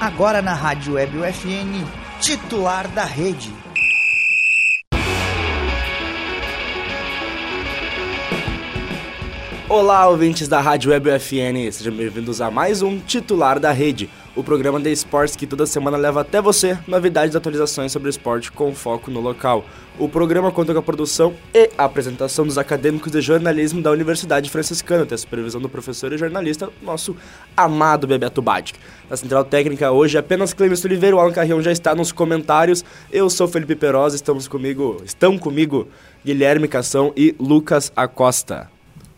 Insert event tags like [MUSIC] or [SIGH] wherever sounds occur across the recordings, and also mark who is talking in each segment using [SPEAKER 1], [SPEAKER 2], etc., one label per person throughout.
[SPEAKER 1] agora na Rádio Web UFN, titular da rede.
[SPEAKER 2] Olá, ouvintes da Rádio Web UFN, sejam bem-vindos a mais um Titular da Rede, o programa de esportes que toda semana leva até você novidades e atualizações sobre esporte com foco no local. O programa conta com a produção e a apresentação dos acadêmicos de jornalismo da Universidade Franciscana, tem a supervisão do professor e jornalista, nosso amado Bebeto Badic. Na Central Técnica hoje, apenas Clemens Oliveira, o Alan Carrião já está nos comentários. Eu sou Felipe Perosa, estamos comigo, estão comigo Guilherme Cação e Lucas Acosta.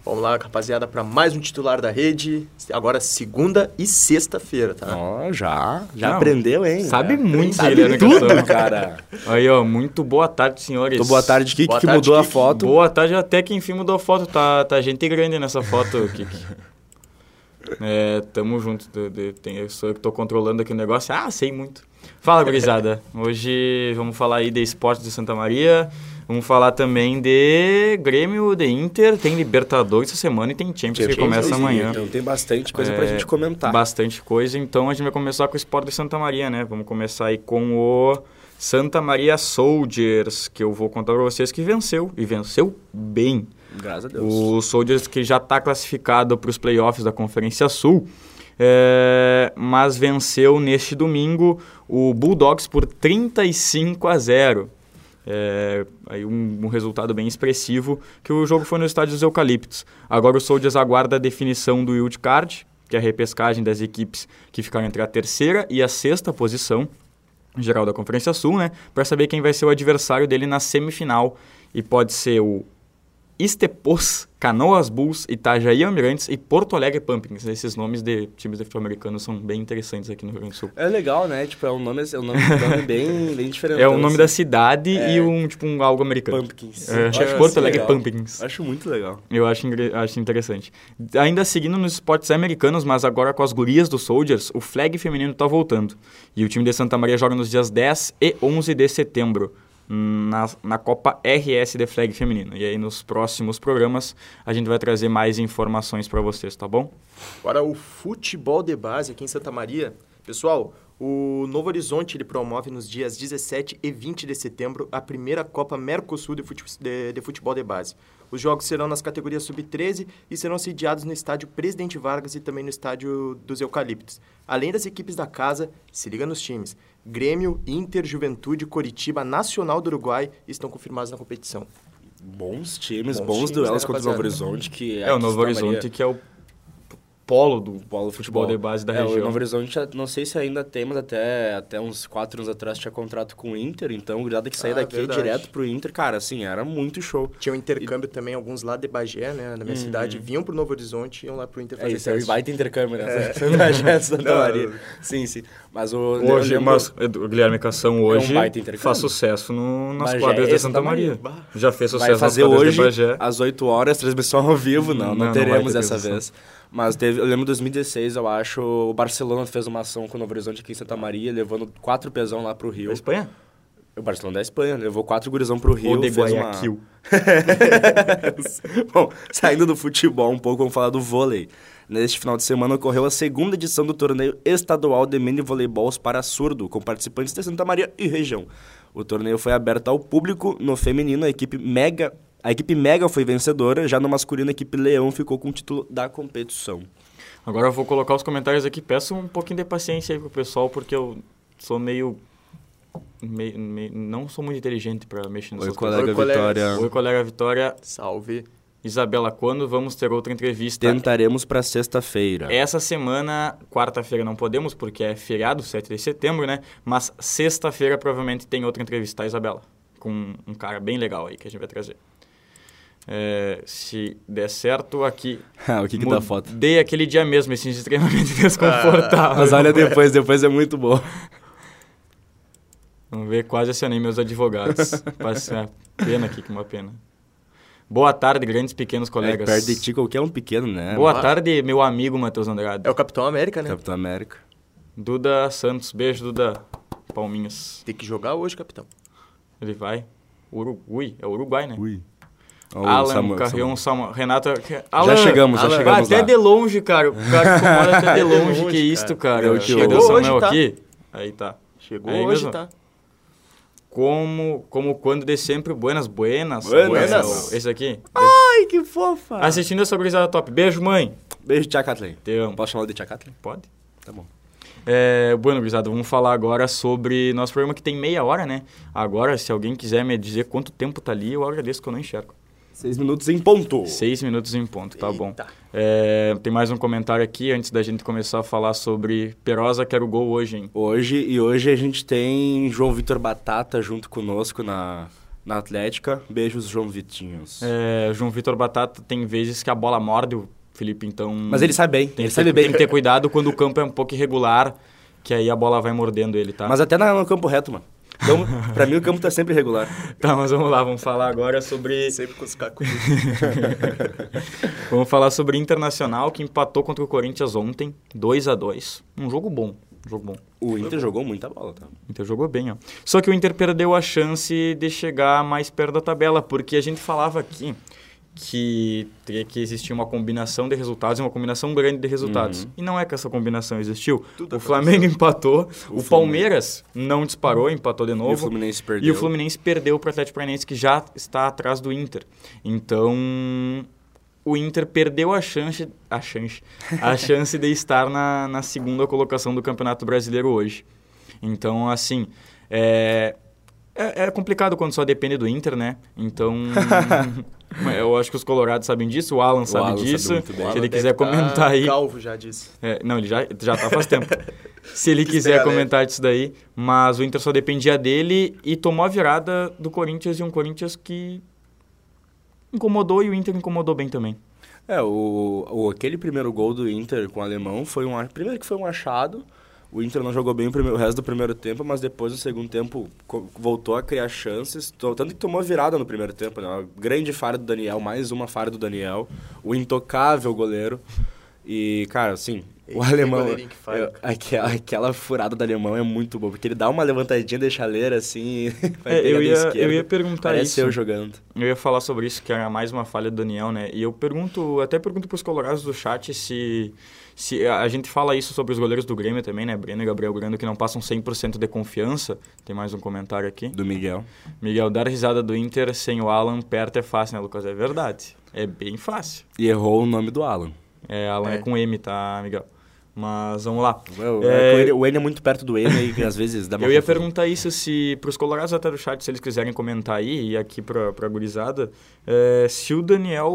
[SPEAKER 3] Vamos lá, rapaziada, para mais um titular da rede. Agora segunda e sexta-feira, tá?
[SPEAKER 2] Ó, já. Já aprendeu, hein?
[SPEAKER 4] Sabe muito,
[SPEAKER 2] É, Sabe
[SPEAKER 4] Guilherme
[SPEAKER 2] tudo,
[SPEAKER 4] Cassano.
[SPEAKER 2] cara.
[SPEAKER 4] Aí, ó, muito boa tarde, senhores.
[SPEAKER 2] Então, boa tarde, Kiki,
[SPEAKER 3] Boa
[SPEAKER 2] que
[SPEAKER 3] tarde,
[SPEAKER 2] mudou a
[SPEAKER 3] Kiki.
[SPEAKER 2] foto.
[SPEAKER 4] Boa tarde, até que enfim mudou a foto. Tá, tá gente grande nessa foto, [LAUGHS] Kiki. É, tamo junto. do- do- tem- eu sou eu que tô controlando aqui o negócio. Ah, sei muito.
[SPEAKER 2] [LAUGHS]
[SPEAKER 4] Fala, gurizada. Hoje vamos falar aí de esportes de Santa Maria. Vamos falar também de Grêmio, de Inter. Tem Libertadores essa semana e tem Champions,
[SPEAKER 2] Champions
[SPEAKER 4] que começa
[SPEAKER 2] League,
[SPEAKER 4] amanhã.
[SPEAKER 2] Então tem bastante coisa pra
[SPEAKER 4] É,
[SPEAKER 2] gente comentar.
[SPEAKER 4] Bastante coisa, então a gente vai começar com o Sport de Santa Maria, né? Vamos começar aí com o Santa Maria Soldiers, que eu vou contar pra vocês que venceu, e venceu bem.
[SPEAKER 2] Graças a Deus.
[SPEAKER 4] O Soldiers que já está classificado para os playoffs da Conferência Sul, é, mas venceu neste domingo o Bulldogs por 35 a 0. É, aí um, um resultado bem expressivo, que o jogo foi no estádio dos Eucaliptos. Agora o Soldiers aguarda a definição do Wild Card, que é a repescagem das equipes que ficaram entre a terceira e a sexta posição geral da Conferência Sul, né? Para saber quem vai ser o adversário dele na semifinal. E pode ser o Estepos, Canoas Bulls, Itajaí Almirantes e Porto Alegre Pumpkins. Esses nomes de times de futebol americano são bem interessantes aqui no Rio Grande do Sul.
[SPEAKER 2] É legal, né? Tipo, é um nome, é um nome, nome bem, bem diferente.
[SPEAKER 4] É o nome da cidade e um tipo um algo americano.
[SPEAKER 2] assim, é, Pumpkins.
[SPEAKER 4] É,
[SPEAKER 2] Eu acho
[SPEAKER 4] Porto
[SPEAKER 2] isso
[SPEAKER 4] Alegre
[SPEAKER 2] legal.
[SPEAKER 4] Pumpkins.
[SPEAKER 2] Acho muito legal.
[SPEAKER 4] Eu acho, ingre- acho interessante. Ainda seguindo nos esportes americanos, mas agora com as gurias do Soldiers, o flag feminino tá voltando. E o time de Santa Maria joga nos dias 10 e 11 de setembro. Na, na Copa RS de Flag Feminino. E aí, nos próximos programas, a gente vai trazer mais informações pra vocês, tá bom?
[SPEAKER 3] Agora o futebol de base aqui em Santa Maria. Pessoal, o Novo Horizonte ele promove nos dias 17 e 20 de setembro a primeira Copa Mercosul de, fute- de- de futebol de base. Os jogos serão nas categorias sub-13 e serão sediados no estádio Presidente Vargas e também no estádio dos Eucaliptos. Além das equipes da casa, se liga nos times. Grêmio, Inter, Juventude, Coritiba, Nacional do Uruguai estão confirmados na competição.
[SPEAKER 2] Bons times, bons,
[SPEAKER 3] Bons times,
[SPEAKER 2] duelos
[SPEAKER 3] né,
[SPEAKER 2] contra o Novo
[SPEAKER 3] rapaziada?
[SPEAKER 2] Horizonte, que
[SPEAKER 4] É, o
[SPEAKER 2] aqui em
[SPEAKER 4] Novo
[SPEAKER 2] Santa
[SPEAKER 4] Horizonte,
[SPEAKER 2] Maria.
[SPEAKER 4] que é o polo do
[SPEAKER 2] Polo
[SPEAKER 4] futebol de base da
[SPEAKER 2] É, O
[SPEAKER 4] região.
[SPEAKER 2] Novo Horizonte, não sei se ainda tem, mas até, até uns 4 anos atrás tinha contrato com o Inter, então o grado que saía
[SPEAKER 3] Ah,
[SPEAKER 2] daqui
[SPEAKER 3] verdade.
[SPEAKER 2] direto pro Inter, cara, assim, era muito show.
[SPEAKER 3] Tinha um intercâmbio também, alguns lá de Bagé, né, na minha cidade, vinham pro Novo Horizonte e iam lá pro Inter
[SPEAKER 2] Uhum. É
[SPEAKER 3] fazer
[SPEAKER 2] isso, é o
[SPEAKER 3] teste. [LAUGHS]
[SPEAKER 2] baita intercâmbio, [LAUGHS] né? É.
[SPEAKER 4] [LAUGHS]
[SPEAKER 2] Santa
[SPEAKER 3] Não,
[SPEAKER 2] Maria. Sim, sim. Mas o... eu
[SPEAKER 4] Hoje,
[SPEAKER 2] lembro-
[SPEAKER 4] mas Edu- Guilherme Cação hoje
[SPEAKER 2] É um baita intercâmbio. é
[SPEAKER 4] faz sucesso no- nas
[SPEAKER 2] Bagé
[SPEAKER 4] quadras
[SPEAKER 2] e
[SPEAKER 4] de Santa
[SPEAKER 2] Santa
[SPEAKER 4] Maria.
[SPEAKER 3] Maria.
[SPEAKER 4] Já fez sucesso
[SPEAKER 2] Vai fazer
[SPEAKER 4] nas quadras
[SPEAKER 2] hoje,
[SPEAKER 4] de Bagé.
[SPEAKER 2] às 8 horas, transmissão ao vivo. Não,
[SPEAKER 4] Não,
[SPEAKER 2] não,
[SPEAKER 4] não vai
[SPEAKER 2] teremos
[SPEAKER 4] ter
[SPEAKER 2] dessa vez.
[SPEAKER 4] transmissão.
[SPEAKER 2] Mas teve, eu lembro em 2016, eu acho, o Barcelona fez uma ação com o Novo Horizonte aqui em Santa Maria, levando quatro pesão lá pro Rio.
[SPEAKER 4] Da Espanha?
[SPEAKER 2] O Barcelona da Espanha, levou quatro gurizão pro Rio.
[SPEAKER 4] Ou de
[SPEAKER 2] fez uma-
[SPEAKER 4] Guayaquil.
[SPEAKER 2] [LAUGHS] Bom, saindo do futebol um pouco, vamos falar do vôlei. Neste final de semana ocorreu a segunda edição do torneio estadual de mini voleibols para surdo, com participantes de Santa Maria e região. O torneio foi aberto ao público no feminino, a equipe Mega, a equipe Mega foi vencedora, já no masculino a equipe Leão ficou com o título da competição.
[SPEAKER 4] Agora eu vou colocar os comentários aqui. Peço um pouquinho de paciência aí pro pessoal, porque eu sou meio... meio- meio- não sou muito inteligente pra mexer nessas coisas.
[SPEAKER 3] colega Vitória.
[SPEAKER 4] Oi, colega Vitória.
[SPEAKER 3] Salve.
[SPEAKER 4] Isabela, quando vamos ter outra entrevista?
[SPEAKER 2] Tentaremos para sexta-feira. [LAUGHS]
[SPEAKER 4] Essa semana, quarta-feira não podemos, porque é feriado, 7 de setembro, né? Mas sexta-feira provavelmente tem outra entrevista, tá, Isabela? Com um cara bem legal aí que a gente vai trazer. É, se der certo aqui.
[SPEAKER 2] Ah, o que que dá foto? Ah,
[SPEAKER 4] Dei aquele dia mesmo, esse extremamente [LAUGHS] desconfortável.
[SPEAKER 2] Mas olha depois, depois é muito bom.
[SPEAKER 4] Vamos ver, quase acionei meus
[SPEAKER 2] [LAUGHS]
[SPEAKER 4] advogados. Passa uma pena aqui, que uma pena. Boa tarde, grandes pequenos colegas.
[SPEAKER 2] É, Perto de ti qualquer um pequeno, né?
[SPEAKER 4] Boa tarde, meu amigo Matheus Andrade.
[SPEAKER 3] É o Capitão América, né?
[SPEAKER 2] Capitão América.
[SPEAKER 4] Duda Santos, beijo, Duda. Palminhas.
[SPEAKER 3] Tem que jogar hoje, Capitão.
[SPEAKER 4] Ele vai. Uruguai, é Uruguai, né?
[SPEAKER 2] Ui. Ó, o
[SPEAKER 4] Alan,
[SPEAKER 2] Samuel,
[SPEAKER 4] Carrion, Samuel. Renato. que-
[SPEAKER 2] Samuel.
[SPEAKER 4] Alan,
[SPEAKER 2] Já chegamos, já
[SPEAKER 3] Alan,
[SPEAKER 2] chegamos
[SPEAKER 4] Até
[SPEAKER 2] lá. [LAUGHS]
[SPEAKER 4] de longe, cara. O cara que mora até de longe,
[SPEAKER 3] longe,
[SPEAKER 4] que isto, cara.
[SPEAKER 2] Deu que
[SPEAKER 4] Chegou
[SPEAKER 2] hoje.
[SPEAKER 4] o Samuel
[SPEAKER 3] Hoje tá.
[SPEAKER 4] aqui. Aí tá.
[SPEAKER 2] É
[SPEAKER 3] Chegou
[SPEAKER 4] Aí
[SPEAKER 3] hoje,
[SPEAKER 4] mesmo.
[SPEAKER 3] tá?
[SPEAKER 4] Como, como quando de sempre, buenas, buenas.
[SPEAKER 2] Buenas.
[SPEAKER 4] Esse aqui.
[SPEAKER 2] Ai, que fofa.
[SPEAKER 4] Assistindo essa gurizada top. Beijo, mãe.
[SPEAKER 2] Beijo, Tia Kathleen.
[SPEAKER 4] Te amo.
[SPEAKER 2] Posso chamar de Tia Kathleen?
[SPEAKER 4] Pode?
[SPEAKER 2] Tá bom.
[SPEAKER 4] É, bueno, gurizada, vamos falar agora sobre nosso programa que tem meia hora, né? Agora, se alguém quiser me dizer quanto tempo tá ali, eu agradeço que eu não enxergo.
[SPEAKER 2] Seis minutos em ponto.
[SPEAKER 4] Seis minutos em ponto, tá bom.
[SPEAKER 3] Eita.
[SPEAKER 4] É, tem mais um comentário aqui antes da gente começar a falar sobre Perosa quero gol hoje, hein?
[SPEAKER 2] Hoje, e hoje a gente tem João Vitor Batata junto conosco na, na Atlética. Beijos, João Vitinhos.
[SPEAKER 4] É, João Vitor Batata tem vezes que a bola morde o Felipe, então.
[SPEAKER 2] Mas ele sabe bem,
[SPEAKER 4] Tem
[SPEAKER 2] ele
[SPEAKER 4] que
[SPEAKER 2] sabe
[SPEAKER 4] ter,
[SPEAKER 2] bem.
[SPEAKER 4] Tem que ter cuidado quando o campo é um pouco irregular, que aí a bola vai mordendo ele, tá?
[SPEAKER 2] Mas até na- no campo reto, mano. Então, pra mim o campo tá sempre regular.
[SPEAKER 4] Tá, mas vamos lá, vamos falar agora sobre.
[SPEAKER 3] Sempre com os cacos.
[SPEAKER 4] Vamos falar sobre Internacional, que empatou contra o Corinthians ontem, 2 a 2 Um jogo bom, um jogo bom.
[SPEAKER 2] O Inter jogou muita bola, tá?
[SPEAKER 4] O Inter jogou bem, ó. Só que o Inter perdeu a chance de chegar mais perto da tabela, porque a gente falava aqui que teria que existir uma combinação de resultados, uma combinação grande de resultados.
[SPEAKER 2] Uhum.
[SPEAKER 4] E não é que essa combinação existiu. o Flamengo empatou, o,
[SPEAKER 2] Fluminense-
[SPEAKER 4] Palmeiras não disparou, empatou de novo.
[SPEAKER 2] E o Fluminense perdeu.
[SPEAKER 4] E o Fluminense perdeu para o Atlético Paranaense, que já está atrás do Inter. Então, o Inter perdeu a chance, a chance,
[SPEAKER 2] [LAUGHS]
[SPEAKER 4] a chance de estar na, na segunda colocação do Campeonato Brasileiro hoje. Então, assim, é, é, é complicado quando só depende do Inter, né? Então,
[SPEAKER 2] [LAUGHS]
[SPEAKER 4] eu acho que os colorados sabem disso, o Alan sabe
[SPEAKER 2] Alan sabe
[SPEAKER 4] disso.
[SPEAKER 2] muito bem. O
[SPEAKER 4] Se ele
[SPEAKER 3] tá
[SPEAKER 4] quiser comentar aí...
[SPEAKER 3] Calvo já disse.
[SPEAKER 4] É, não, ele já, já tá faz tempo. Se ele quiser
[SPEAKER 3] galera.
[SPEAKER 4] comentar disso daí, mas o Inter só dependia dele e tomou a virada do Corinthians e um Corinthians que incomodou e o Inter incomodou bem também.
[SPEAKER 2] É, o, o- aquele primeiro gol do Inter com o alemão foi um. a- Primeiro que foi um achado. O Inter não jogou bem o, primeiro- o resto do primeiro tempo, mas depois no segundo tempo co- voltou a criar chances. to- Tanto que tomou virada no primeiro tempo, né? Uma grande falha do Daniel, mais uma falha do Daniel. O intocável goleiro. E, cara, assim,
[SPEAKER 3] E
[SPEAKER 2] o
[SPEAKER 3] que
[SPEAKER 2] alemão.
[SPEAKER 3] goleirinho que falha,
[SPEAKER 2] eu- aquela, aquela furada do alemão é muito boa, porque ele dá uma levantadinha, deixa a leira assim. [LAUGHS] e vai
[SPEAKER 4] É,
[SPEAKER 2] pegar
[SPEAKER 4] eu
[SPEAKER 2] da
[SPEAKER 4] ia-
[SPEAKER 2] esquerda.
[SPEAKER 4] eu ia perguntar
[SPEAKER 2] Parece
[SPEAKER 4] isso.
[SPEAKER 2] eu jogando.
[SPEAKER 4] Eu ia falar sobre isso, que era mais uma falha do Daniel, né? E eu pergunto, até pergunto pros colorados do chat se, se a a gente fala isso sobre os goleiros do Grêmio também, né? Breno e Gabriel Grando que não passam 100% de confiança. Tem mais um comentário aqui.
[SPEAKER 2] Do Miguel.
[SPEAKER 4] Miguel, dar risada do Inter sem o Alan perto é fácil, né, Lucas? É verdade. É bem fácil.
[SPEAKER 2] E errou o nome do Alan.
[SPEAKER 4] É, Alan é.
[SPEAKER 3] É.
[SPEAKER 4] com M, tá, Miguel? Mas vamos lá.
[SPEAKER 2] Well,
[SPEAKER 4] É,
[SPEAKER 2] é que o N- o N é muito perto do N e às vezes dá uma
[SPEAKER 4] eu ia
[SPEAKER 2] confusão.
[SPEAKER 4] perguntar isso se pros colorados até do chat, se eles quiserem comentar aí e aqui pra, pra gurizada, é, se o Daniel...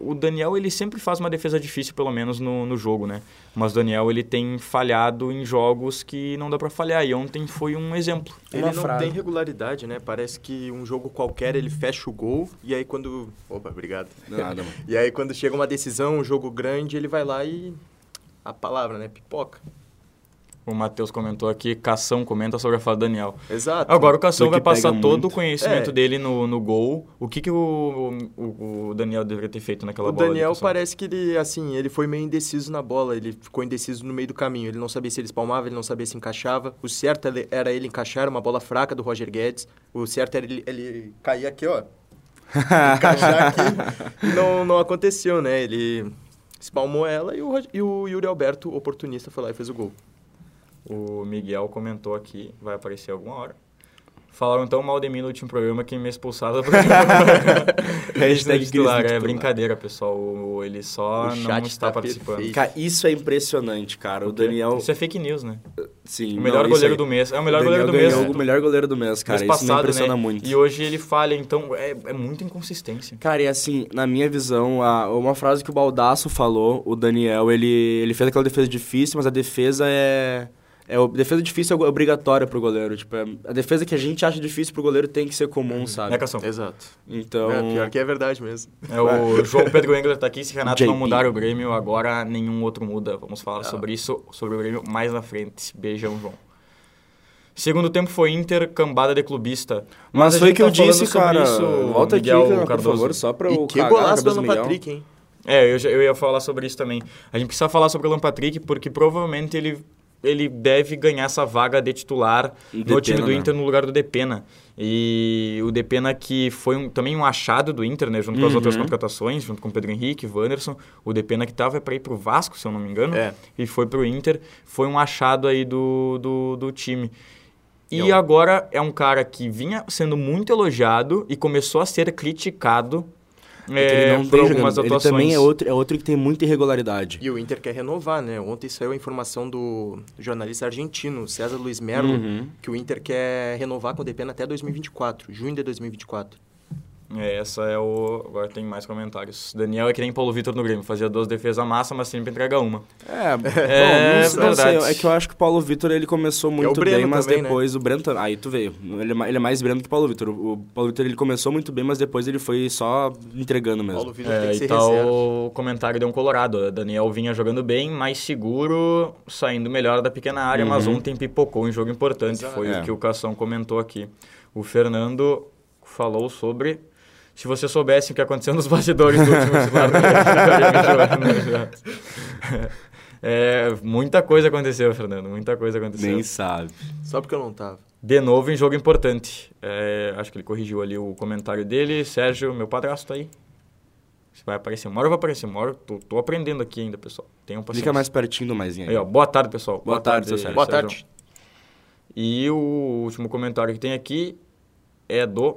[SPEAKER 4] O Daniel, ele sempre faz uma defesa difícil, pelo menos no, no jogo, né? Mas o Daniel, ele tem falhado em jogos que não dá pra falhar. E ontem foi um exemplo.
[SPEAKER 3] Ele
[SPEAKER 2] Uma
[SPEAKER 3] não
[SPEAKER 2] frase.
[SPEAKER 3] tem regularidade, né? Parece que um jogo qualquer ele fecha o gol e aí quando. Opa, obrigado.
[SPEAKER 2] Nada,
[SPEAKER 4] [LAUGHS]
[SPEAKER 2] mano.
[SPEAKER 3] [LAUGHS] E aí quando chega uma decisão, um jogo grande, ele vai lá e. A palavra, né? Pipoca.
[SPEAKER 4] O Matheus comentou aqui, Cação comenta sobre a fala do Daniel.
[SPEAKER 3] Exato.
[SPEAKER 4] Agora o Cação
[SPEAKER 2] Do que
[SPEAKER 4] vai passar
[SPEAKER 2] pega
[SPEAKER 4] todo
[SPEAKER 2] muito.
[SPEAKER 4] o conhecimento
[SPEAKER 3] É.
[SPEAKER 4] dele no, no gol. O que, que o, o, o Daniel deveria ter feito naquela
[SPEAKER 3] O
[SPEAKER 4] bola? ali, tá
[SPEAKER 3] Daniel
[SPEAKER 4] Cação?
[SPEAKER 3] parece que ele, assim, ele foi meio indeciso na bola, ele ficou indeciso no meio do caminho. Ele não sabia se ele espalmava, ele não sabia se encaixava. O certo ele- era ele encaixar uma bola fraca do Roger Guedes. O certo era ele, ele cair aqui,
[SPEAKER 4] [LAUGHS]
[SPEAKER 3] ó. encaixar aqui. E não, não aconteceu, né? Ele espalmou ela e o, Rog- e o Yuri Alberto, oportunista, foi lá e fez o gol.
[SPEAKER 4] O Miguel comentou aqui, vai aparecer alguma hora. Falaram tão mal de mim no último programa que me expulsaram do programa.
[SPEAKER 2] [LAUGHS]
[SPEAKER 4] Crise no
[SPEAKER 2] Hashtag
[SPEAKER 4] titular,
[SPEAKER 2] crise no
[SPEAKER 4] é
[SPEAKER 2] titular.
[SPEAKER 4] brincadeira, pessoal. O- Ele só
[SPEAKER 3] O
[SPEAKER 4] não
[SPEAKER 3] chat
[SPEAKER 4] está
[SPEAKER 3] tá
[SPEAKER 4] participando.
[SPEAKER 3] perfeito.
[SPEAKER 2] Cara, isso é impressionante, cara. O Daniel.
[SPEAKER 4] Isso é fake news, né?
[SPEAKER 2] Sim,
[SPEAKER 4] O melhor
[SPEAKER 2] não, isso
[SPEAKER 4] goleiro
[SPEAKER 2] aí.
[SPEAKER 4] do mês. É o melhor
[SPEAKER 2] Daniel
[SPEAKER 4] goleiro do mês.
[SPEAKER 2] ganhou
[SPEAKER 4] né?
[SPEAKER 2] O melhor goleiro do mês, cara.
[SPEAKER 4] mês
[SPEAKER 2] isso me
[SPEAKER 4] passado,
[SPEAKER 2] impressiona
[SPEAKER 4] né?
[SPEAKER 2] muito.
[SPEAKER 4] E hoje ele falha, então é, é muita inconsistência.
[SPEAKER 2] Cara, e assim, na minha visão, a- uma frase que o Baldasso falou, o Daniel, ele, ele fez aquela defesa difícil, mas a defesa é. é o- defesa difícil é obrigatória pro goleiro. Tipo, é- a defesa que a gente acha difícil pro goleiro tem que ser comum, sabe?
[SPEAKER 4] Né, Cação?
[SPEAKER 3] Exato.
[SPEAKER 2] Então.
[SPEAKER 3] É, pior que é verdade mesmo.
[SPEAKER 4] É, o João Pedro Engler tá aqui. Se Renato não
[SPEAKER 2] JP.
[SPEAKER 4] mudar o Grêmio, agora nenhum outro muda. Vamos falar sobre isso, sobre o Grêmio mais na frente. Beijão, João. Segundo tempo foi Inter, cambada de clubista.
[SPEAKER 2] Mas
[SPEAKER 4] a
[SPEAKER 2] foi
[SPEAKER 4] gente
[SPEAKER 2] o que eu
[SPEAKER 4] tá falando
[SPEAKER 2] disse,
[SPEAKER 4] sobre
[SPEAKER 2] cara.
[SPEAKER 4] isso,
[SPEAKER 2] Volta aqui,
[SPEAKER 4] Miguel
[SPEAKER 2] cara, por
[SPEAKER 4] Cardoso.
[SPEAKER 2] favor, só pra eu
[SPEAKER 3] e que
[SPEAKER 2] cagar a
[SPEAKER 3] golaço
[SPEAKER 2] cabeça
[SPEAKER 3] do Alan
[SPEAKER 2] do Miguel.
[SPEAKER 3] Patrick, hein?
[SPEAKER 4] É, eu, já- eu ia falar sobre isso também. A gente precisa falar sobre o Alan Patrick porque provavelmente ele ele deve ganhar essa vaga de titular
[SPEAKER 2] Depena,
[SPEAKER 4] no time do
[SPEAKER 2] né?
[SPEAKER 4] Inter no lugar do Depena. E o Depena que foi um- também um achado do Inter, né? Junto com as outras
[SPEAKER 2] Uhum.
[SPEAKER 4] contratações, junto com o Pedro Henrique, Wanderson. O Depena que tava para ir pro Vasco, se eu não me engano.
[SPEAKER 3] É.
[SPEAKER 4] E foi pro Inter. Foi um achado aí do, do, do time. E
[SPEAKER 3] Eu-
[SPEAKER 4] agora é um cara que vinha sendo muito elogiado e começou a ser criticado
[SPEAKER 2] É que
[SPEAKER 4] eh,
[SPEAKER 2] ele não
[SPEAKER 4] por
[SPEAKER 2] tem
[SPEAKER 4] algumas
[SPEAKER 2] jogando.
[SPEAKER 4] atuações.
[SPEAKER 2] Ele também é outro, é outro que tem muita irregularidade.
[SPEAKER 3] E o Inter quer renovar, né? Ontem saiu a informação do jornalista argentino César Luiz Merlo
[SPEAKER 2] Uhum.
[SPEAKER 3] que o Inter quer renovar com o Depena até 2024, junho de 2024.
[SPEAKER 4] É, essa é o. Agora tem mais comentários. Daniel é que nem Paulo Vitor no Grêmio. Fazia duas defesas à massa, mas sempre entrega uma.
[SPEAKER 2] [LAUGHS] É, bom,
[SPEAKER 4] É,
[SPEAKER 2] não sei- não sei,
[SPEAKER 4] verdade.
[SPEAKER 2] é que eu acho que o Paulo Vitor ele começou
[SPEAKER 3] o
[SPEAKER 2] muito
[SPEAKER 3] Breno
[SPEAKER 2] bem, mas
[SPEAKER 3] também, né?
[SPEAKER 2] depois o Breno É também. Aí tu veio. Ele, é ma- ele é mais Breno que o Paulo Vitor. O, o Paulo Vitor ele começou muito bem, mas depois ele foi só entregando mesmo.
[SPEAKER 3] Paulo Vitor tem
[SPEAKER 4] É,
[SPEAKER 3] que
[SPEAKER 4] e
[SPEAKER 3] ser
[SPEAKER 4] tal
[SPEAKER 3] reserva.
[SPEAKER 4] o comentário de um colorado. Daniel vinha jogando bem, mais seguro, saindo melhor da pequena área, mas ontem pipocou em jogo importante.
[SPEAKER 3] Exato.
[SPEAKER 4] Foi
[SPEAKER 2] Uhum. É.
[SPEAKER 4] o que o Cação comentou aqui. O Fernando falou sobre. Se você soubesse o que aconteceu nos bastidores do
[SPEAKER 3] [LAUGHS]
[SPEAKER 4] último titular, ficaria me julgando. [LAUGHS] É, muita coisa aconteceu, Fernando. Muita coisa aconteceu.
[SPEAKER 2] Nem sabe.
[SPEAKER 3] Só porque eu não tava.
[SPEAKER 4] De novo em jogo importante. É, acho que ele corrigiu ali o comentário dele. Sérgio, meu padrasto tá aí. Se vai aparecer uma hora, vai aparecer uma hora. Tô, tô aprendendo aqui ainda, pessoal. Tenham paciência.
[SPEAKER 2] Fica mais pertinho do maisinho aí.
[SPEAKER 4] Aí, ó, boa tarde, pessoal.
[SPEAKER 2] Boa tarde, seu Sérgio.
[SPEAKER 3] Boa [LAUGHS] tarde.
[SPEAKER 4] E o último comentário que tem aqui é do...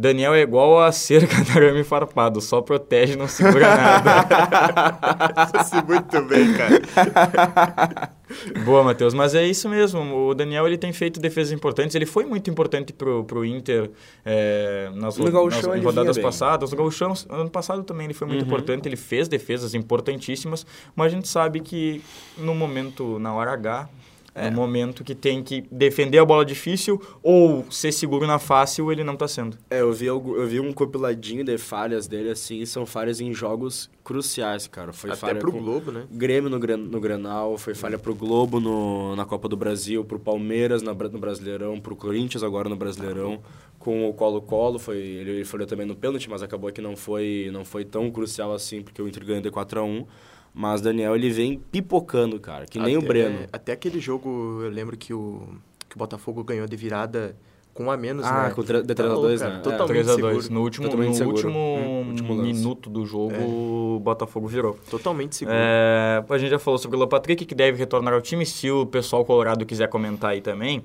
[SPEAKER 4] Daniel é igual a cerca [LAUGHS] de arame farpado. Só protege, não segura nada.
[SPEAKER 3] Muito bem, cara.
[SPEAKER 4] Boa, Matheus. Mas é isso mesmo. O Daniel ele tem feito defesas importantes. Ele foi muito importante pro, pro Inter é, nas,
[SPEAKER 2] No
[SPEAKER 4] ro-
[SPEAKER 2] Gauchão
[SPEAKER 4] nas
[SPEAKER 2] ele
[SPEAKER 4] em rodadas
[SPEAKER 2] vinha bem. Uhum.
[SPEAKER 4] passadas. O Gauchão, ano passado também, ele foi muito importante. Ele fez defesas importantíssimas. Mas a gente sabe que no momento, na hora H...
[SPEAKER 2] É.
[SPEAKER 4] No momento que tem que defender a bola difícil ou ser seguro na fácil, ele não está sendo.
[SPEAKER 2] É, eu vi, algu- eu vi um compiladinho de falhas dele, assim, e são falhas em jogos cruciais, cara. Foi
[SPEAKER 3] Até
[SPEAKER 2] falha
[SPEAKER 3] pro
[SPEAKER 2] com-
[SPEAKER 3] Globo, né?
[SPEAKER 2] Grêmio no, Gran- no Granal, foi falha pro Globo no- na Copa do Brasil, pro Palmeiras na Bra- no Brasileirão, pro Corinthians agora no Brasileirão, com o Colo-Colo, foi, ele, ele falhou também no pênalti, mas acabou que não foi, não foi tão crucial assim, porque o Inter ganhou de 4 a 1 mas Daniel, ele vem pipocando, cara, que nem o
[SPEAKER 3] Até-
[SPEAKER 2] Breno.
[SPEAKER 3] Até aquele jogo, eu lembro que o, que o Botafogo ganhou de virada com um a menos,
[SPEAKER 2] Ah,
[SPEAKER 3] né?
[SPEAKER 2] com tre- de
[SPEAKER 3] Tá
[SPEAKER 2] 3 a
[SPEAKER 3] louco,
[SPEAKER 2] 2,
[SPEAKER 3] cara.
[SPEAKER 2] né? É,
[SPEAKER 3] Totalmente
[SPEAKER 4] 3 a 2
[SPEAKER 3] seguro.
[SPEAKER 4] No último, no
[SPEAKER 2] Totalmente seguro.
[SPEAKER 4] último,
[SPEAKER 2] Hum, último lance. É.
[SPEAKER 4] minuto do jogo, o Botafogo virou.
[SPEAKER 3] Totalmente seguro.
[SPEAKER 4] É, a gente já falou sobre o Lopatrick, que deve retornar ao time, se o pessoal colorado quiser comentar aí também,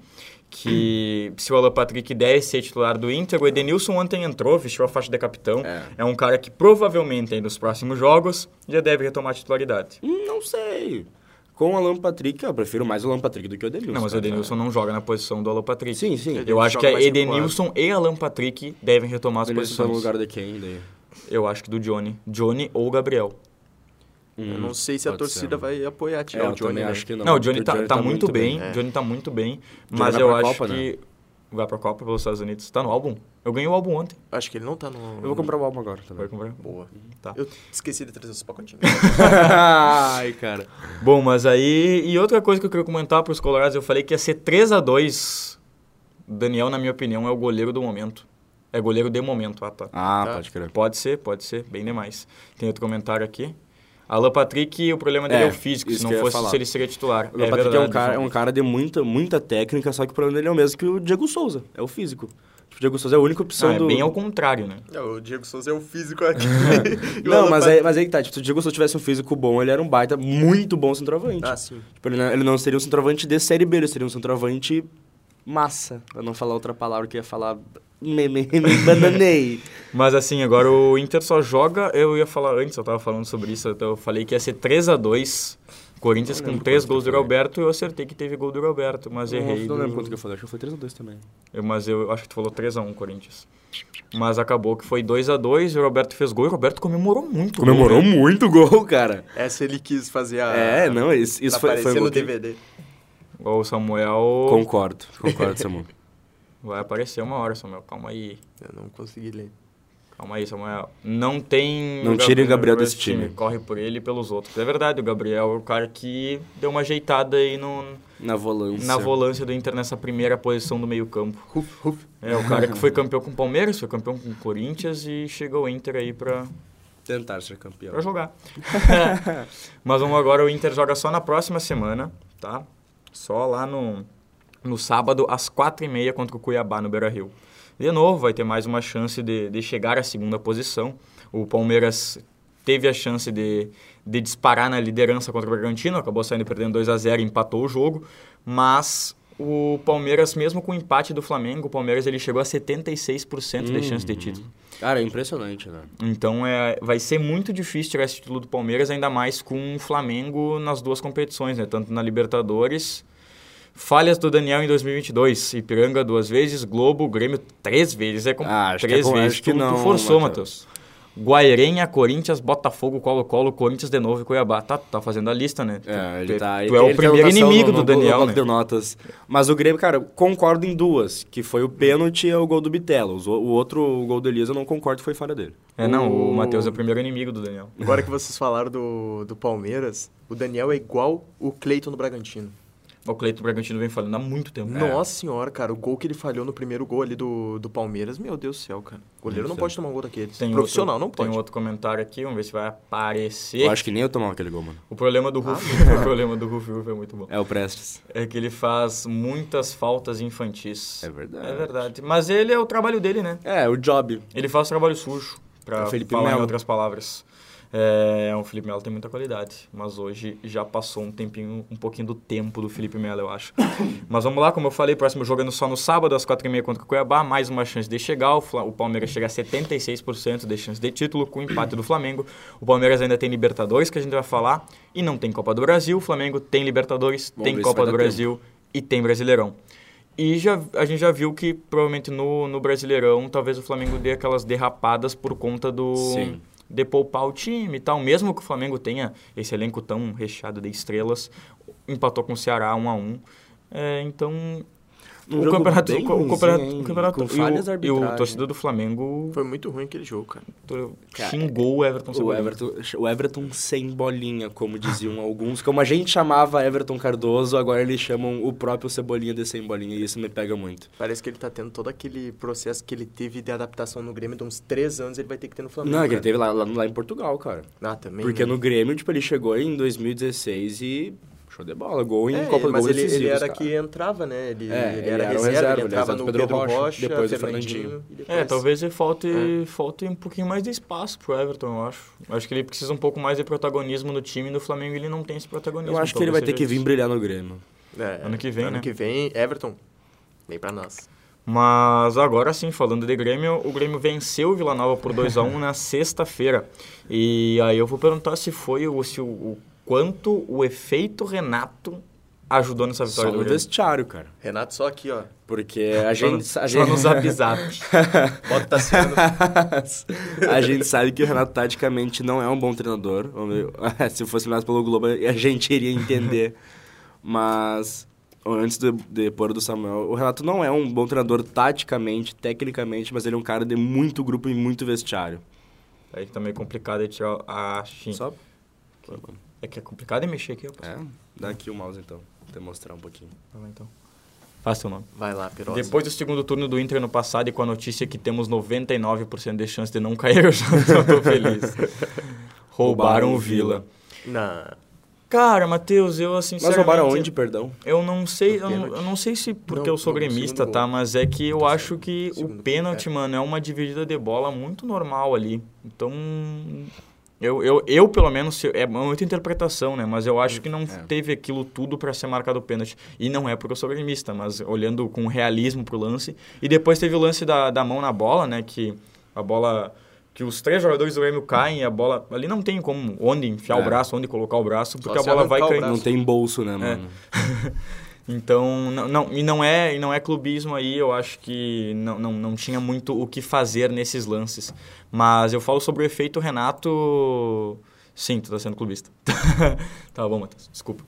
[SPEAKER 4] que se o Lopatrick deve ser titular do Inter, o Edenilson ontem entrou, vestiu a faixa de capitão, é, um cara que provavelmente aí nos próximos jogos já deve retomar a titularidade.
[SPEAKER 2] Hum, não sei. Com o Alan Patrick, eu prefiro mais o Alan Patrick do que o Edenilson.
[SPEAKER 4] Não, mas o
[SPEAKER 2] cara.
[SPEAKER 4] Edenilson não joga na posição do Lopatrick.
[SPEAKER 2] é. Sim, sim.
[SPEAKER 4] Eu acho que
[SPEAKER 3] Joga
[SPEAKER 4] é
[SPEAKER 3] mais recuado.
[SPEAKER 4] Edenilson e Alan Patrick devem retomar as
[SPEAKER 2] Edenilson tá no
[SPEAKER 4] posições.
[SPEAKER 2] lugar de quem daí?
[SPEAKER 4] Eu acho que do Johnny. Johnny ou Gabriel.
[SPEAKER 3] eu não sei se a
[SPEAKER 2] pode ser,
[SPEAKER 3] torcida
[SPEAKER 2] né?
[SPEAKER 3] vai apoiar tirar
[SPEAKER 2] É,
[SPEAKER 3] o
[SPEAKER 2] eu
[SPEAKER 3] Johnny,
[SPEAKER 2] também
[SPEAKER 3] né?
[SPEAKER 2] acho que não.
[SPEAKER 4] Não, o Johnny,
[SPEAKER 2] porque
[SPEAKER 4] tá, tá muito bem. O Johnny tá muito bem. Mas
[SPEAKER 2] é. vai
[SPEAKER 4] eu
[SPEAKER 2] pra
[SPEAKER 4] acho
[SPEAKER 2] Copa, né?
[SPEAKER 4] que. Vai pra Copa pelos Estados Unidos. Tá no álbum? Eu ganhei o álbum ontem.
[SPEAKER 3] Acho que ele não tá no...
[SPEAKER 2] Eu vou comprar o álbum agora também.
[SPEAKER 4] Vai comprar.
[SPEAKER 3] Boa.
[SPEAKER 4] Tá.
[SPEAKER 3] Uhum. Eu esqueci de trazer os pacotinhos.
[SPEAKER 2] [LAUGHS] Ai, cara.
[SPEAKER 4] Bom, mas aí. E outra coisa que eu queria comentar pros Colorados, eu falei que ia ser 3 a 2 Daniel, na minha opinião, é o goleiro do momento. É goleiro de momento, ah, tá.
[SPEAKER 2] Ah,
[SPEAKER 3] Tá.
[SPEAKER 2] pode crer.
[SPEAKER 4] Pode ser, pode ser, bem demais. Tem outro comentário aqui. Alan Patrick, o problema dele é,
[SPEAKER 2] É,
[SPEAKER 4] o físico.
[SPEAKER 2] isso
[SPEAKER 4] Se não
[SPEAKER 2] que eu ia
[SPEAKER 4] fosse
[SPEAKER 2] falar.
[SPEAKER 4] se ele seria titular.
[SPEAKER 2] O é Patrick é um, cara, é um cara de muita, muita técnica, só que o problema dele é o mesmo que o Diego Souza, é o físico. Tipo, o Diego Souza é a única opção
[SPEAKER 4] Não, é
[SPEAKER 2] do...
[SPEAKER 4] bem ao contrário, né?
[SPEAKER 3] É, o Diego Souza é o físico aqui. E o
[SPEAKER 2] Não,
[SPEAKER 3] Alan
[SPEAKER 2] mas
[SPEAKER 3] Pat-
[SPEAKER 2] aí, mas aí que tá, tipo, se o Diego Souza tivesse um físico bom, ele era um baita, muito bom centroavante.
[SPEAKER 3] Ah, sim.
[SPEAKER 2] Tipo, ele, não, ele não seria um centroavante de Série B, ele seria um centroavante massa, pra não falar outra palavra que eu ia falar... Me, [LAUGHS] me, me bananei.
[SPEAKER 4] Mas assim, agora o Inter só joga. Eu ia falar antes, eu tava falando sobre isso, então eu falei que ia ser 3 a 2 Corinthians com 3 gols do Roberto, eu acertei que teve gol do Roberto, mas
[SPEAKER 2] não,
[SPEAKER 4] errei.
[SPEAKER 2] não
[SPEAKER 4] do-
[SPEAKER 2] lembro quanto que eu falei, acho que foi 3 ou 2 também.
[SPEAKER 4] eu- Mas eu acho que tu falou 3 a 1 Corinthians. Mas acabou que foi 2 a 2 o Roberto fez gol e o Roberto comemorou muito. o gol,
[SPEAKER 2] Comemorou
[SPEAKER 4] né?
[SPEAKER 2] muito o gol, cara.
[SPEAKER 3] Essa ele quis fazer a...
[SPEAKER 2] É, não, isso, isso
[SPEAKER 3] Tá
[SPEAKER 2] foi, foi
[SPEAKER 3] aparecendo
[SPEAKER 2] um
[SPEAKER 3] no
[SPEAKER 2] gol que-
[SPEAKER 3] DVD.
[SPEAKER 4] O Samuel.
[SPEAKER 2] Concordo, concordo, Samu.
[SPEAKER 4] Vai aparecer uma hora, Samuel. Calma aí.
[SPEAKER 3] Eu não consegui ler.
[SPEAKER 4] Calma aí, Samuel. Não tem.
[SPEAKER 2] Não tirem o Gabriel desse time.
[SPEAKER 4] Corre por ele e pelos outros. É verdade, o Gabriel é o cara que deu uma ajeitada aí no,
[SPEAKER 2] Na volância.
[SPEAKER 4] na volância do Inter nessa primeira posição do meio-campo.
[SPEAKER 3] Ruf, ruf.
[SPEAKER 4] É, o cara que foi campeão com o Palmeiras, foi campeão com o Corinthians e chegou o Inter aí pra
[SPEAKER 2] Tentar ser campeão.
[SPEAKER 4] Pra jogar. [LAUGHS] Mas vamos agora, o Inter joga só na próxima semana, tá? Só lá no, no sábado, às quatro e meia, contra o Cuiabá, no Beira-Rio. De novo, vai ter mais uma chance de, de chegar à segunda posição. O Palmeiras teve a chance de, de disparar na liderança contra o Bragantino, acabou saindo perdendo 2 a 0 empatou o jogo, mas... O Palmeiras, mesmo com o empate do Flamengo, o Palmeiras ele chegou a 76% de chance de título.
[SPEAKER 2] Cara, é impressionante, né?
[SPEAKER 4] Então é, vai ser muito difícil tirar esse título do Palmeiras, ainda mais com o Flamengo nas duas competições, né? Tanto na Libertadores, falhas do Daniel em 2022, Ipiranga duas vezes, Globo, Grêmio três vezes, é com
[SPEAKER 2] Ah, acho que é
[SPEAKER 4] três
[SPEAKER 2] com-
[SPEAKER 4] vezes.
[SPEAKER 2] acho que
[SPEAKER 4] tu,
[SPEAKER 2] não,
[SPEAKER 4] tu forçou,
[SPEAKER 2] Matheus.
[SPEAKER 4] Matheus. Guairenha, Corinthians, Botafogo, Colo-Colo, Corinthians de novo e Cuiabá. Tá, tu tá fazendo a lista, né?
[SPEAKER 2] É,
[SPEAKER 4] Tu-
[SPEAKER 2] ele
[SPEAKER 4] tu-
[SPEAKER 2] tá,
[SPEAKER 4] tu
[SPEAKER 2] ele-
[SPEAKER 4] é o
[SPEAKER 2] ele tá
[SPEAKER 4] primeiro
[SPEAKER 2] anotação no-
[SPEAKER 4] inimigo do
[SPEAKER 2] no- no
[SPEAKER 4] Daniel,
[SPEAKER 2] bloco
[SPEAKER 4] né?
[SPEAKER 2] de notas. Mas o Grêmio, cara, concordo em duas, que foi o pênalti e o gol do Bitelo. Os o o outro o gol do Elias eu não concordo que foi falha dele.
[SPEAKER 4] É, não, o
[SPEAKER 3] O-
[SPEAKER 4] Matheus é o primeiro inimigo do Daniel.
[SPEAKER 3] Agora que vocês falaram do, do Palmeiras, o Daniel é igual o Cleiton no Bragantino.
[SPEAKER 4] O Cleiton Bragantino vem falando há muito tempo.
[SPEAKER 2] É.
[SPEAKER 3] Nossa senhora, cara, o gol que ele falhou no primeiro gol ali do, do Palmeiras, meu Deus do céu, cara. O goleiro não pode tomar um gol daquele.
[SPEAKER 4] Tem
[SPEAKER 3] Profissional
[SPEAKER 4] outro,
[SPEAKER 3] não pode.
[SPEAKER 4] Tem outro comentário aqui, vamos ver se vai aparecer.
[SPEAKER 2] Eu acho que nem eu tomava aquele gol, mano.
[SPEAKER 4] O problema do Ruf, [LAUGHS] o problema do Ruf, Ruf é muito bom.
[SPEAKER 2] É o Prestes.
[SPEAKER 4] É que ele faz muitas faltas infantis.
[SPEAKER 2] É verdade.
[SPEAKER 4] É verdade. Mas ele é o trabalho dele, né?
[SPEAKER 2] É, o Job.
[SPEAKER 4] Ele faz trabalho sujo, pra
[SPEAKER 2] É O Felipe
[SPEAKER 4] falar em
[SPEAKER 2] Melo.
[SPEAKER 4] outras palavras. É, o Felipe Melo tem muita qualidade, mas hoje já passou um tempinho, um pouquinho do tempo do Felipe Melo, eu
[SPEAKER 2] [LAUGHS]
[SPEAKER 4] acho. mas vamos lá, como eu falei, próximo jogo é no- só no sábado, às 4h30 contra o Cuiabá, mais uma chance de chegar, o, Fla- o Palmeiras chega a 76% de chance de título, com o empate do Flamengo. O Palmeiras ainda tem Libertadores, que a gente vai falar, e não tem Copa do Brasil, o Flamengo tem Libertadores,
[SPEAKER 2] Vamos
[SPEAKER 4] tem
[SPEAKER 2] ver se
[SPEAKER 4] Copa
[SPEAKER 2] vai
[SPEAKER 4] do
[SPEAKER 2] dar tempo.
[SPEAKER 4] Brasil. Brasil e tem Brasileirão. E já, a gente já viu que provavelmente no, no Brasileirão talvez o Flamengo dê aquelas derrapadas por conta do.
[SPEAKER 2] Sim.
[SPEAKER 4] de poupar o time e tal. Mesmo que o Flamengo tenha esse elenco tão recheado de estrelas, empatou com o Ceará 1 a 1 É, Então.
[SPEAKER 2] Um
[SPEAKER 4] o
[SPEAKER 2] jogo
[SPEAKER 4] campeonato.
[SPEAKER 2] bem
[SPEAKER 4] O, o campeonato.
[SPEAKER 2] ruimzinho,
[SPEAKER 4] o campeonato
[SPEAKER 2] com
[SPEAKER 4] e o-
[SPEAKER 2] falhas
[SPEAKER 4] e o,
[SPEAKER 2] arbitrais,
[SPEAKER 4] torcedor do Flamengo
[SPEAKER 3] Foi muito ruim aquele jogo, cara.
[SPEAKER 4] to-
[SPEAKER 2] Cara,
[SPEAKER 4] xingou o Everton
[SPEAKER 2] O
[SPEAKER 4] Cebolinha.
[SPEAKER 2] Everton, o Everton sem bolinha, como diziam alguns. Como a gente chamava Everton Cardoso, agora eles chamam o próprio Cebolinha de sem bolinha. E isso me pega muito.
[SPEAKER 3] Parece que ele tá tendo todo aquele processo que ele teve de adaptação no Grêmio de uns três anos, ele vai ter que ter no Flamengo. né?
[SPEAKER 2] Não, é que ele
[SPEAKER 3] cara.
[SPEAKER 2] teve lá, lá, lá em Portugal, cara.
[SPEAKER 3] Ah, também.
[SPEAKER 2] Porque
[SPEAKER 3] né?
[SPEAKER 2] no Grêmio, tipo, ele chegou em 2016 e show de bola. Gol em
[SPEAKER 3] É,
[SPEAKER 2] Copa do
[SPEAKER 3] mas
[SPEAKER 2] Gol
[SPEAKER 3] ele,
[SPEAKER 2] decisivos,
[SPEAKER 3] ele era
[SPEAKER 2] cara.
[SPEAKER 3] que entrava, né? Ele,
[SPEAKER 2] É,
[SPEAKER 3] ele
[SPEAKER 2] ele era
[SPEAKER 3] era,
[SPEAKER 2] o
[SPEAKER 3] reserva,
[SPEAKER 2] reserva,
[SPEAKER 3] ele
[SPEAKER 2] ele
[SPEAKER 3] entrava
[SPEAKER 2] era
[SPEAKER 3] no
[SPEAKER 2] Pedro
[SPEAKER 3] Pedro Rocha,
[SPEAKER 2] Rocha, depois o
[SPEAKER 3] Fernandinho. e depois-
[SPEAKER 4] É, talvez ele falte,
[SPEAKER 2] É.
[SPEAKER 4] falte um pouquinho mais de espaço pro Everton, eu acho. Eu Acho que ele precisa um pouco mais de protagonismo no time. No Flamengo ele não tem esse protagonismo.
[SPEAKER 2] Eu acho que ele vai ter
[SPEAKER 4] talvez
[SPEAKER 2] que
[SPEAKER 4] seja
[SPEAKER 2] vir
[SPEAKER 4] isso.
[SPEAKER 2] brilhar no Grêmio.
[SPEAKER 3] É,
[SPEAKER 4] Ano que vem,
[SPEAKER 3] ano
[SPEAKER 4] né?
[SPEAKER 3] que vem, Everton, vem pra nós.
[SPEAKER 4] Mas agora sim, falando de Grêmio, o Grêmio venceu o Vila Nova por 2
[SPEAKER 2] [LAUGHS]
[SPEAKER 4] a 1 na sexta-feira. E aí eu vou perguntar se foi o, se o, o quanto o efeito Renato ajudou nessa
[SPEAKER 2] Só
[SPEAKER 4] vitória do
[SPEAKER 2] no
[SPEAKER 4] Grêmio.
[SPEAKER 2] vestiário, cara.
[SPEAKER 3] Renato só aqui, ó.
[SPEAKER 2] Porque a gente... A
[SPEAKER 4] só no
[SPEAKER 2] gente... [LAUGHS]
[SPEAKER 4] zap zap.
[SPEAKER 3] Bota tá sendo.
[SPEAKER 2] a gente sabe que o Renato taticamente não é um bom treinador. Ou meio- [LAUGHS] Se fosse mais pelo Globo, a gente iria entender. Mas antes de, de pôr do Samuel, o Renato não é um bom treinador taticamente, tecnicamente, mas ele é um cara de muito grupo e muito vestiário.
[SPEAKER 4] aí tá meio complicado de tirar a Shin.
[SPEAKER 2] Só
[SPEAKER 4] É que é complicado de mexer aqui, rapaz.
[SPEAKER 2] é, dá aqui o mouse então, pra mostrar um pouquinho.
[SPEAKER 4] Vai lá, então. Faz teu nome.
[SPEAKER 3] Vai lá, Pirosa.
[SPEAKER 4] Depois do segundo turno do Inter no passado e com a notícia que temos 99% de chance de não cair, [LAUGHS] eu já não tô
[SPEAKER 2] [LAUGHS]
[SPEAKER 4] feliz. roubaram o Vila.
[SPEAKER 3] Na...
[SPEAKER 4] Cara, Matheus, eu assim
[SPEAKER 2] Mas roubaram onde, perdão?
[SPEAKER 4] Eu não sei, eu não,
[SPEAKER 3] pênalti.
[SPEAKER 4] eu não sei se porque
[SPEAKER 3] Não,
[SPEAKER 4] eu sou
[SPEAKER 3] não,
[SPEAKER 4] gremista,
[SPEAKER 3] segundo
[SPEAKER 4] tá?
[SPEAKER 3] gol.
[SPEAKER 4] Mas é que eu acho que o
[SPEAKER 3] segundo
[SPEAKER 4] pênalti, mano, é uma dividida de bola muito normal ali. Então, eu, eu, eu pelo menos, se- é muita interpretação, né? Mas eu acho que não
[SPEAKER 3] É.
[SPEAKER 4] teve aquilo tudo pra ser marcado o pênalti. E não é porque eu sou gremista, mas olhando com realismo pro lance. E depois teve o lance da, da mão na bola, né? Que a bola... Que os três jogadores do Grêmio caem e a bola... Ali não tem como onde enfiar o
[SPEAKER 2] É.
[SPEAKER 4] braço, onde colocar o braço, porque a
[SPEAKER 3] se
[SPEAKER 4] bola vai
[SPEAKER 3] arrancar o
[SPEAKER 4] caindo.
[SPEAKER 3] braço.
[SPEAKER 2] Não tem bolso, né, mano?
[SPEAKER 4] Então, não, não- e não é, e não é clubismo aí, eu acho que não, não, não tinha muito o que fazer nesses lances. Mas eu falo sobre o efeito Renato. Sim, tu tá sendo clubista. [LAUGHS] tá bom, Matheus, desculpa.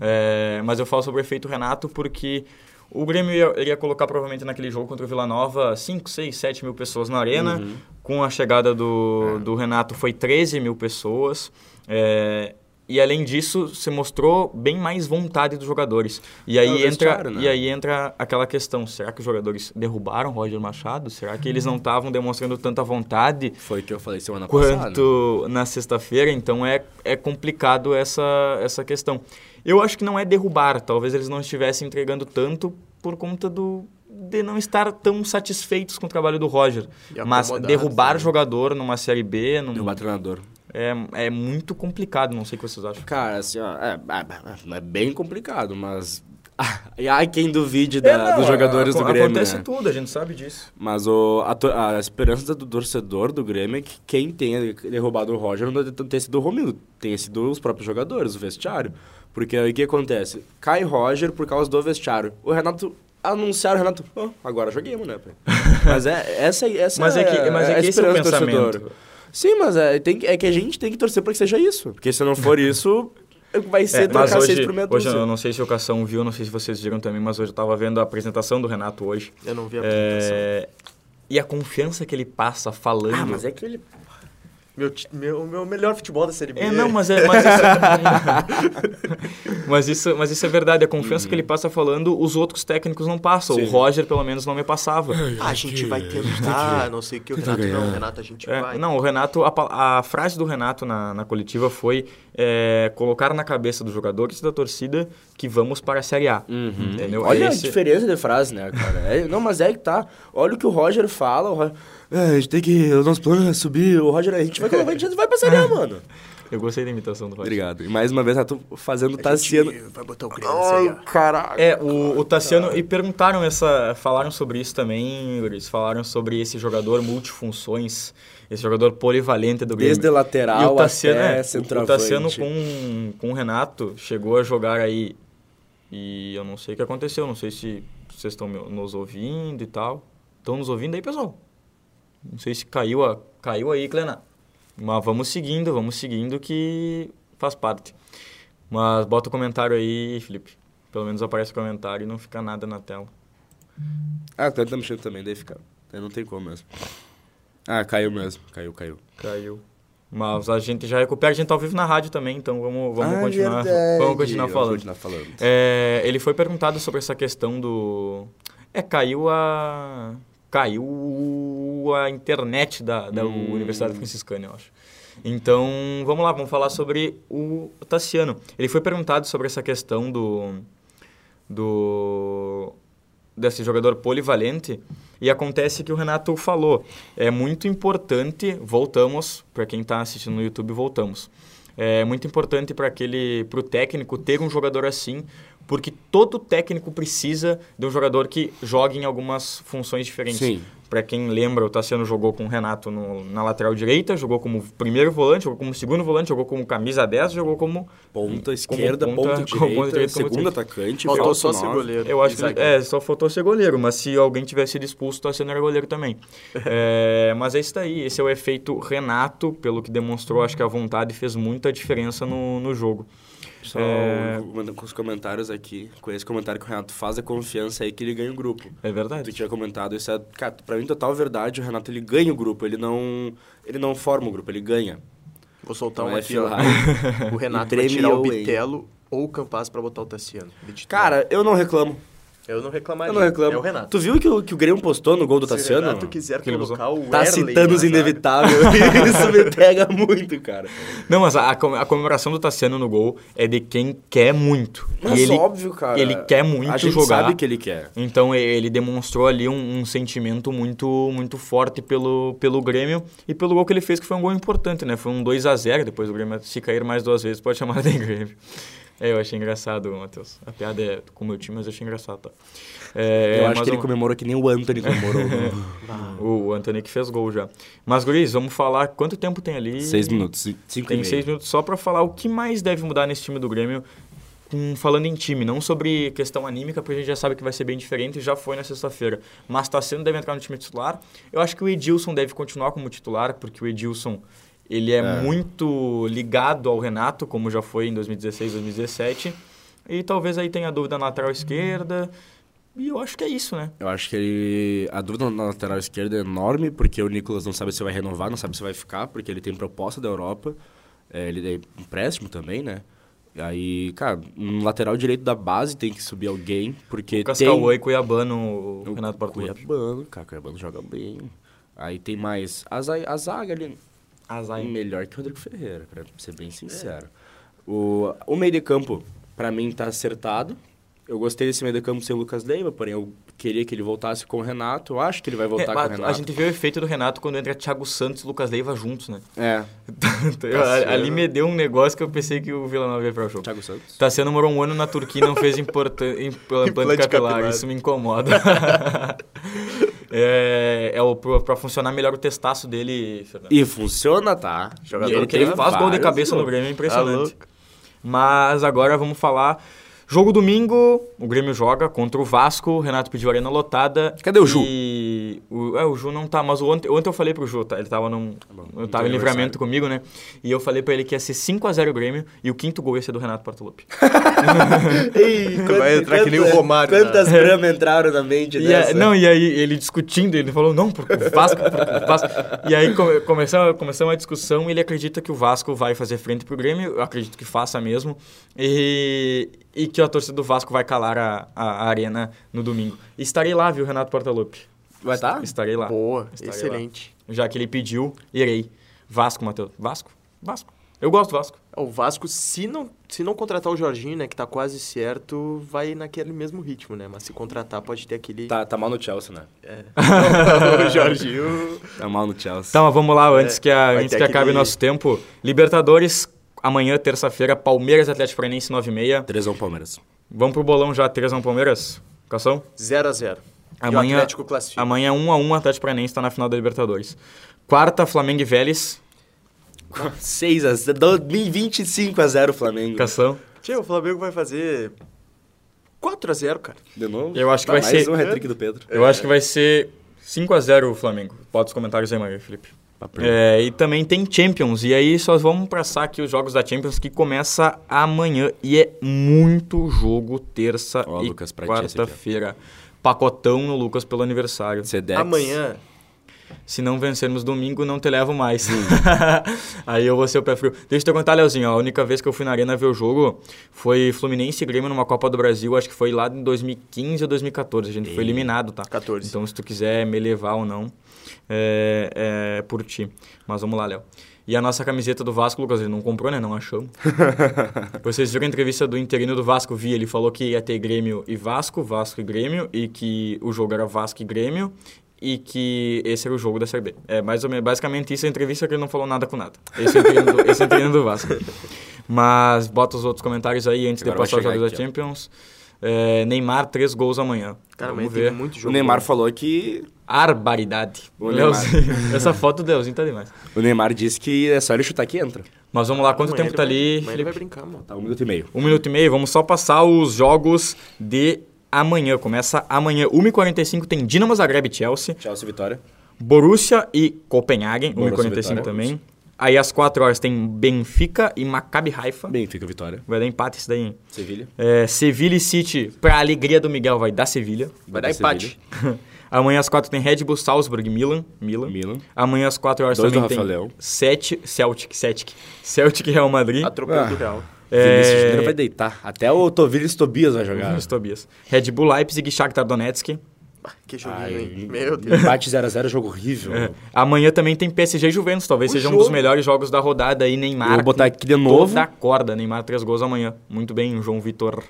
[SPEAKER 4] É, mas eu falo sobre o efeito Renato porque o Grêmio ia, ia colocar provavelmente naquele jogo contra o Vila Nova 5, 6, 7 mil pessoas na arena. Com a chegada do, do Renato foi 13 mil pessoas. É, E além disso, você mostrou bem mais vontade dos jogadores. E aí,
[SPEAKER 2] o
[SPEAKER 4] entra,
[SPEAKER 2] vestiário, né?
[SPEAKER 4] e aí entra aquela questão: será que os jogadores derrubaram Roger Machado? Será que eles não estavam demonstrando tanta vontade
[SPEAKER 2] Foi o que eu falei semana passada.
[SPEAKER 4] quanto na sexta-feira, então é, é complicado essa, essa questão. Eu acho que não é derrubar, talvez eles não estivessem entregando tanto por conta do de não estar tão satisfeitos com o trabalho do Roger.
[SPEAKER 3] E
[SPEAKER 4] Mas
[SPEAKER 3] acomodados,
[SPEAKER 4] derrubar
[SPEAKER 3] né?
[SPEAKER 4] jogador numa Série B num-
[SPEAKER 2] Derrubar treinador.
[SPEAKER 4] é, é muito complicado, não sei o que vocês acham.
[SPEAKER 2] Cara, assim, ó, é, é- é bem complicado, mas. [LAUGHS] E há quem duvide da- É, dos jogadores do Grêmio.
[SPEAKER 4] Acontece
[SPEAKER 2] né?
[SPEAKER 4] tudo, É, a gente sabe disso.
[SPEAKER 2] Mas o, a, to- a esperança do torcedor do Grêmio é que quem tenha derrubado o Roger não tenha sido o Romildo, tenha sido os próprios jogadores, o vestiário. Porque aí o que acontece? Cai Roger por causa do vestiário. O Renato. Anunciaram o Renato. "Ó, agora joguemos,
[SPEAKER 4] [LAUGHS]
[SPEAKER 2] né? pai?" Mas é essa, essa
[SPEAKER 4] Mas é que- mas é
[SPEAKER 2] a
[SPEAKER 4] que esse é o
[SPEAKER 2] esperança do
[SPEAKER 4] pensamento.
[SPEAKER 2] torcedor. Sim, mas é, tem que- é que a gente tem que torcer pra que seja isso. Porque se não
[SPEAKER 4] [LAUGHS]
[SPEAKER 2] for isso, vai ser
[SPEAKER 4] É, mas
[SPEAKER 2] trocar seis
[SPEAKER 4] hoje,
[SPEAKER 2] por meia
[SPEAKER 4] hoje
[SPEAKER 2] dúzia.
[SPEAKER 4] eu não sei se o Cação viu, não sei se vocês viram também, mas hoje eu tava vendo a apresentação do Renato hoje.
[SPEAKER 3] Eu não vi a apresentação.
[SPEAKER 4] É, e a confiança que ele passa falando.
[SPEAKER 2] Ah, mas é que ele.
[SPEAKER 3] Meu, ti- meu, meu melhor futebol da Série B.
[SPEAKER 4] É, não, mas é. Mas isso, [LAUGHS] mas, isso, mas isso é verdade. A confiança que ele passa falando, os outros técnicos não passam.
[SPEAKER 2] Uhum.
[SPEAKER 4] O
[SPEAKER 2] Sim.
[SPEAKER 4] Roger, pelo menos, não me passava.
[SPEAKER 2] [LAUGHS]
[SPEAKER 3] Ah, a gente vai tentar, não sei o que. O Renato não, Renato, a gente
[SPEAKER 4] É,
[SPEAKER 3] vai.
[SPEAKER 4] não, o Renato, a, pa- a frase do Renato na, na coletiva foi é, colocar na cabeça dos jogadores e da torcida que vamos para a Série A. Entendeu?
[SPEAKER 2] Uhum. Olha
[SPEAKER 4] Esse-
[SPEAKER 2] a diferença de frase, né, cara? É, não, mas é que tá. Olha o que o Roger fala. O Roger, é, a gente tem que. O nosso plano é subir. O Roger, a gente vai colocar, a gente vai pra Série [LAUGHS] A, mano.
[SPEAKER 4] Eu gostei da imitação do Roger.
[SPEAKER 2] Obrigado. E mais uma vez, Renato fazendo tá
[SPEAKER 3] A
[SPEAKER 2] Tassiano.
[SPEAKER 3] gente vai botar o Grêmio na Série A.
[SPEAKER 2] Caraca.
[SPEAKER 4] É, o, o Tassiano, e perguntaram essa, falaram sobre isso também, eles falaram sobre esse jogador multifunções, esse jogador polivalente do Grêmio.
[SPEAKER 2] Desde lateral
[SPEAKER 4] e o Tassiano,
[SPEAKER 2] até
[SPEAKER 4] é, o- O
[SPEAKER 2] centroavante.
[SPEAKER 4] Tassiano com, com o Renato chegou a jogar aí, e eu não sei o que aconteceu, não sei se vocês estão me- nos ouvindo e tal. Estão nos ouvindo aí, pessoal? Não sei se caiu, a, caiu aí, Clena. Mas vamos seguindo, vamos seguindo que faz parte. Mas bota o comentário aí, Felipe. Pelo menos aparece o comentário e não fica nada na tela.
[SPEAKER 2] Ah, tá, ele tá mexendo também, daí fica. Daí não tem como mesmo. Ah, caiu mesmo. Caiu, caiu.
[SPEAKER 4] Caiu. Mas a gente já recupera, a gente tá ao vivo na rádio também, então vamos, vamos
[SPEAKER 2] Ah,
[SPEAKER 4] continuar.
[SPEAKER 2] verdade.
[SPEAKER 4] Vamos continuar falando.
[SPEAKER 2] continuar falando.
[SPEAKER 4] É, ele foi perguntado sobre essa questão do. É, caiu a. Caiu a internet da, da Universidade Franciscana, eu acho. Então, vamos lá, vamos falar sobre o Tassiano. Ele foi perguntado sobre essa questão do. do desse jogador polivalente e acontece que o Renato falou é muito importante voltamos para quem está assistindo no YouTube voltamos é muito importante para aquele para o técnico ter um jogador assim porque todo técnico precisa de um jogador que jogue em algumas funções diferentes
[SPEAKER 2] Sim.
[SPEAKER 4] para quem lembra, o Tassiano jogou com o Renato no- na lateral direita, jogou como primeiro volante, jogou como segundo volante, jogou como camisa 10, jogou como
[SPEAKER 2] Ponta esquerda,
[SPEAKER 4] como
[SPEAKER 2] ponta,
[SPEAKER 4] como
[SPEAKER 2] direita,
[SPEAKER 4] como
[SPEAKER 2] segundo atacante.
[SPEAKER 3] Faltou
[SPEAKER 2] falso
[SPEAKER 3] só ser
[SPEAKER 2] nove.
[SPEAKER 3] goleiro.
[SPEAKER 4] eu acho que
[SPEAKER 3] Isaac.
[SPEAKER 4] é, só faltou ser goleiro, mas se alguém tivesse sido expulso, tá sendo era goleiro [LAUGHS] também. É, mas é isso daí, esse é o efeito Renato, pelo que demonstrou, acho que a vontade fez muita diferença no, no jogo.
[SPEAKER 2] Só
[SPEAKER 4] É.
[SPEAKER 2] um- com os comentários aqui, com esse comentário que o Renato faz, a confiança aí que ele ganha o grupo.
[SPEAKER 4] É
[SPEAKER 2] Tu
[SPEAKER 4] verdade.
[SPEAKER 2] tinha comentado, isso é, cara, pra mim total verdade, o Renato ele ganha o grupo, ele não, ele não forma o grupo, ele ganha.
[SPEAKER 3] Vou soltar
[SPEAKER 2] Então
[SPEAKER 3] um
[SPEAKER 2] é
[SPEAKER 3] aqui, ó.
[SPEAKER 2] Ferrari.
[SPEAKER 3] [LAUGHS] O Renato
[SPEAKER 2] E
[SPEAKER 3] vai tirar o
[SPEAKER 2] premiou, hein?
[SPEAKER 3] Bitelo ou o Campaz pra botar o Tassiano. de titular.
[SPEAKER 2] Cara, eu não reclamo,
[SPEAKER 3] eu não reclamaria.
[SPEAKER 2] eu não reclamo.
[SPEAKER 3] É o Renato.
[SPEAKER 2] Tu viu que o que o Grêmio postou no gol do
[SPEAKER 3] Se o
[SPEAKER 2] Tassiano?
[SPEAKER 3] Renato quiser
[SPEAKER 4] Que ele
[SPEAKER 3] colocar o
[SPEAKER 2] Tá
[SPEAKER 3] Erley
[SPEAKER 2] citando os
[SPEAKER 3] na zaga. [LAUGHS]
[SPEAKER 2] inevitáveis, isso me pega muito, cara.
[SPEAKER 4] Não, mas a, a com- a comemoração do Tassiano no gol é de quem quer muito.
[SPEAKER 2] Mas
[SPEAKER 4] e ele,
[SPEAKER 2] óbvio, cara.
[SPEAKER 4] Ele quer muito
[SPEAKER 2] A gente
[SPEAKER 4] jogar.
[SPEAKER 2] sabe que ele quer.
[SPEAKER 4] Então e- ele demonstrou ali um, um sentimento muito muito forte pelo, pelo Grêmio e pelo gol que ele fez, que foi um gol importante, né? Foi um 2 a 0 depois o Grêmio, se cair mais duas vezes, pode chamar de Grêmio. É, eu achei engraçado, Matheus. A piada é com o meu time, mas eu achei engraçado, tá? É,
[SPEAKER 2] eu acho
[SPEAKER 4] mas
[SPEAKER 2] que ele
[SPEAKER 4] um-
[SPEAKER 2] comemorou que nem o Anthony
[SPEAKER 4] [LAUGHS]
[SPEAKER 2] comemorou.
[SPEAKER 4] O Anthony que fez gol já. Mas, Guriz, vamos falar quanto tempo tem ali?
[SPEAKER 2] seis minutos, cinco e
[SPEAKER 4] Tem
[SPEAKER 2] meio.
[SPEAKER 4] seis minutos só pra falar o que mais deve mudar nesse time do Grêmio. hum, falando em time, não sobre questão anímica, porque a gente já sabe que vai ser bem diferente e já foi na sexta-feira. Mas Tassiano deve entrar no time titular. Eu acho que o Edilson deve continuar como titular, porque o Edilson ele é, muito ligado ao Renato, como já foi em 2016, 2017. E talvez aí tenha dúvida na lateral esquerda. E eu acho que é isso, né?
[SPEAKER 2] Eu acho que ele, a dúvida na lateral esquerda é enorme, porque o Nicolas não sabe se vai renovar, não sabe se vai ficar, porque ele tem proposta da Europa. É, ele é empréstimo também, né? Aí, cara, no lateral direito da base tem que subir alguém, porque
[SPEAKER 4] Cascaú
[SPEAKER 2] tem...
[SPEAKER 4] e Cuiabano, é o Renato Português.
[SPEAKER 2] Cuiabano, cara, Cuiabano joga bem. Aí tem mais a, za- a zaga ali, melhor que o Rodrigo Ferreira, pra ser bem sincero. O, o meio de campo, pra mim, tá acertado. Eu gostei desse meio de campo sem o Lucas Leiva, porém eu queria que ele voltasse com o Renato. Eu acho que ele vai voltar
[SPEAKER 4] É,
[SPEAKER 2] com o
[SPEAKER 4] mas
[SPEAKER 2] Renato.
[SPEAKER 4] a gente vê o efeito do Renato quando entra Thiago Santos e Lucas Leiva juntos, né? [LAUGHS] Então,
[SPEAKER 2] É,
[SPEAKER 4] Eu- ali me deu um negócio que eu pensei que o Vila Nova ia para o jogo.
[SPEAKER 2] Tá Thiago Santos.
[SPEAKER 4] Tá sendo morou um ano na Turquia e não fez
[SPEAKER 2] [LAUGHS]
[SPEAKER 4] importan- implante,
[SPEAKER 3] Implante
[SPEAKER 4] capilar.
[SPEAKER 3] capilar.
[SPEAKER 4] Isso me incomoda. [LAUGHS] é, é o, pro- pra funcionar melhor o testaço dele, Fernando.
[SPEAKER 2] E funciona, tá?
[SPEAKER 4] E ele,
[SPEAKER 2] que
[SPEAKER 4] ele faz gol de
[SPEAKER 2] vários
[SPEAKER 4] cabeça no
[SPEAKER 2] gols.
[SPEAKER 4] Grêmio, é
[SPEAKER 3] Tá
[SPEAKER 4] impressionante.
[SPEAKER 3] louco.
[SPEAKER 4] Mas agora vamos falar. Jogo domingo, o Grêmio joga contra o Vasco, o Renato pediu arena lotada.
[SPEAKER 2] Cadê o Ju?
[SPEAKER 4] E o, é, o Ju não tá, mas o ontem, ontem eu falei pro Ju, tá, ele tava, num, eu tava em
[SPEAKER 2] aniversário.
[SPEAKER 4] livramento comigo, né? E eu falei pra ele que ia ser 5x0 o Grêmio e o quinto gol ia ser do Renato Portaluppi.
[SPEAKER 2] Ei,
[SPEAKER 3] Vai entrar que nem o
[SPEAKER 2] quanta-
[SPEAKER 3] Romário,
[SPEAKER 2] Quantas gramas entraram na mente
[SPEAKER 4] né? E
[SPEAKER 2] dessa?
[SPEAKER 4] a- não, e aí ele discutindo, ele falou, não, porque o Vasco, porque o Vasco. E aí come, começou, começou uma discussão, ele acredita que o Vasco vai fazer frente pro Grêmio, eu acredito que faça mesmo, e, e que a torcida do Vasco vai calar a, a, a arena no domingo. Estarei lá, viu, Renato Portaluppi?
[SPEAKER 2] Vai tá? estar?
[SPEAKER 4] Estarei lá.
[SPEAKER 3] tá? Boa,
[SPEAKER 4] Estarei lá.
[SPEAKER 3] excelente.
[SPEAKER 4] Já que ele pediu, irei. Vasco, Matheus. Vasco? Vasco. Eu gosto do Vasco.
[SPEAKER 3] O Vasco, se não, se não contratar o Jorginho, né, que tá quase certo, vai naquele mesmo ritmo, né? Mas se contratar, pode ter aquele...
[SPEAKER 2] Tá, tá mal no Chelsea, né?
[SPEAKER 3] o [LAUGHS] Jorginho...
[SPEAKER 2] Tá mal no Chelsea.
[SPEAKER 4] Então, mas vamos lá, antes que, a-
[SPEAKER 3] É, vai
[SPEAKER 4] antes
[SPEAKER 3] ter
[SPEAKER 4] que acabe o
[SPEAKER 3] aquele-
[SPEAKER 4] nosso tempo. Libertadores, amanhã, terça-feira, Palmeiras e Atlético Paranense, 9h30.
[SPEAKER 2] 3x1 Palmeiras.
[SPEAKER 4] Vamos pro bolão já, 3x1 Palmeiras? Cação?
[SPEAKER 3] 0x0. E o
[SPEAKER 4] Amanhã,
[SPEAKER 3] Atlético classifica.
[SPEAKER 4] amanhã 1x1 Atlético Paranense tá na final da Libertadores. Quarta, Flamengo e Vélez.
[SPEAKER 2] 6x0, 25 a 0 Flamengo.
[SPEAKER 4] Cação?
[SPEAKER 3] Tchê, o Flamengo vai fazer 4x0, cara.
[SPEAKER 2] De novo?
[SPEAKER 4] Eu acho que vai
[SPEAKER 2] mais
[SPEAKER 4] ser-
[SPEAKER 2] um hat-trick do Pedro.
[SPEAKER 4] Eu acho que vai ser 5x0 o Flamengo. Bota os comentários aí, Maria Felipe. É, e também tem Champions. E aí só vamos passar aqui os jogos da Champions que começa amanhã. E é muito jogo terça
[SPEAKER 2] Ó,
[SPEAKER 4] e
[SPEAKER 2] Lucas, pra ti esse aqui, ó.
[SPEAKER 4] quarta-feira. Pacotão no Lucas pelo aniversário.
[SPEAKER 2] Sedex.
[SPEAKER 3] Amanhã,
[SPEAKER 4] Se não vencermos domingo, não te levo mais. [LAUGHS] Aí eu vou ser o pé frio. Deixa eu te contar, Leozinho. ó, A única vez que eu fui na arena ver o jogo foi Fluminense e Grêmio numa Copa do Brasil. Acho que foi lá em 2015 ou 2014. A gente foi eliminado, tá?
[SPEAKER 3] 14.
[SPEAKER 4] Então, se tu quiser me levar ou não, é, é por ti. Mas vamos lá, Léo. E a nossa camiseta do Vasco, Lucas, ele não comprou, né? Não achou. Vocês viram a entrevista do interino do Vasco Vi, ele falou que ia ter Grêmio e Vasco, Vasco e Grêmio, e que o jogo era Vasco e Grêmio, e que esse era o jogo da Série B. É mais ou menos, basicamente isso é a entrevista que ele não falou nada com nada. Esse é o interino do, esse é o interino do Vasco. Mas bota os outros comentários aí antes
[SPEAKER 2] Agora
[SPEAKER 4] de
[SPEAKER 2] vai
[SPEAKER 4] passar os
[SPEAKER 2] chegar
[SPEAKER 4] jogos da
[SPEAKER 2] aqui, ó.
[SPEAKER 4] Champions. É, Neymar, três gols amanhã.
[SPEAKER 3] cara, amanhã
[SPEAKER 4] Vamos
[SPEAKER 3] tem
[SPEAKER 4] ver.
[SPEAKER 3] muito jogo.
[SPEAKER 2] O Neymar
[SPEAKER 3] bom.
[SPEAKER 2] falou que...
[SPEAKER 4] Arbaridade.
[SPEAKER 2] Bom,
[SPEAKER 4] Leozinho. [LAUGHS] Essa foto do Leozinho tá demais.
[SPEAKER 2] O Neymar disse que é só ele chutar que entra.
[SPEAKER 4] Mas vamos lá, quanto
[SPEAKER 3] Amanhã
[SPEAKER 4] tempo
[SPEAKER 3] ele
[SPEAKER 4] tá
[SPEAKER 3] vai-
[SPEAKER 4] ali,
[SPEAKER 3] Amanhã ele vai
[SPEAKER 4] Felipe?
[SPEAKER 3] brincar, mano.
[SPEAKER 2] Tá, um minuto e meio.
[SPEAKER 4] Um minuto e meio, vamos só passar os jogos de amanhã. Começa amanhã, 1h45 tem Dinamo Zagreb e Chelsea,
[SPEAKER 2] Chelsea vitória.
[SPEAKER 4] Borussia e Copenhagen,
[SPEAKER 2] Borussia
[SPEAKER 4] 1h45
[SPEAKER 2] vitória.
[SPEAKER 4] também. Aí às 4 horas tem Benfica e Maccabi Haifa.
[SPEAKER 2] Benfica vitória.
[SPEAKER 4] Vai dar empate isso daí, hein?
[SPEAKER 2] Sevilha.
[SPEAKER 4] É, Sevilha e City, pra alegria do Miguel, vai dar Sevilha.
[SPEAKER 3] Vai dar empate.
[SPEAKER 4] [LAUGHS] amanhã às 4 tem Red Bull, Salzburg, e Milan. Milan.
[SPEAKER 2] Milan.
[SPEAKER 4] Amanhã às 4 horas
[SPEAKER 2] Dois do
[SPEAKER 4] também tem
[SPEAKER 2] Rafael Leão.
[SPEAKER 4] Sete, Celtic, Celtic. Celtic e Real Madrid.
[SPEAKER 3] Atropelo
[SPEAKER 2] Ah.
[SPEAKER 3] do Real.
[SPEAKER 2] Vinícius Júnior vai deitar. Até o Tovilhos Tobias vai jogar.
[SPEAKER 4] Os Tobias. Red Bull Leipzig e Shakhtar Donetsk.
[SPEAKER 3] Ah, Que joguinho,
[SPEAKER 2] Ai, um
[SPEAKER 3] hein? Meu Deus.
[SPEAKER 2] empate 0x0, jogo horrível.
[SPEAKER 4] É. Amanhã também tem PSG e Juventus, talvez
[SPEAKER 3] O
[SPEAKER 4] seja um
[SPEAKER 3] jogo.
[SPEAKER 4] dos melhores jogos da rodada aí, Neymar.
[SPEAKER 2] Eu vou botar aqui de novo.
[SPEAKER 4] Da corda, Neymar três gols amanhã. Muito bem, João Vitor.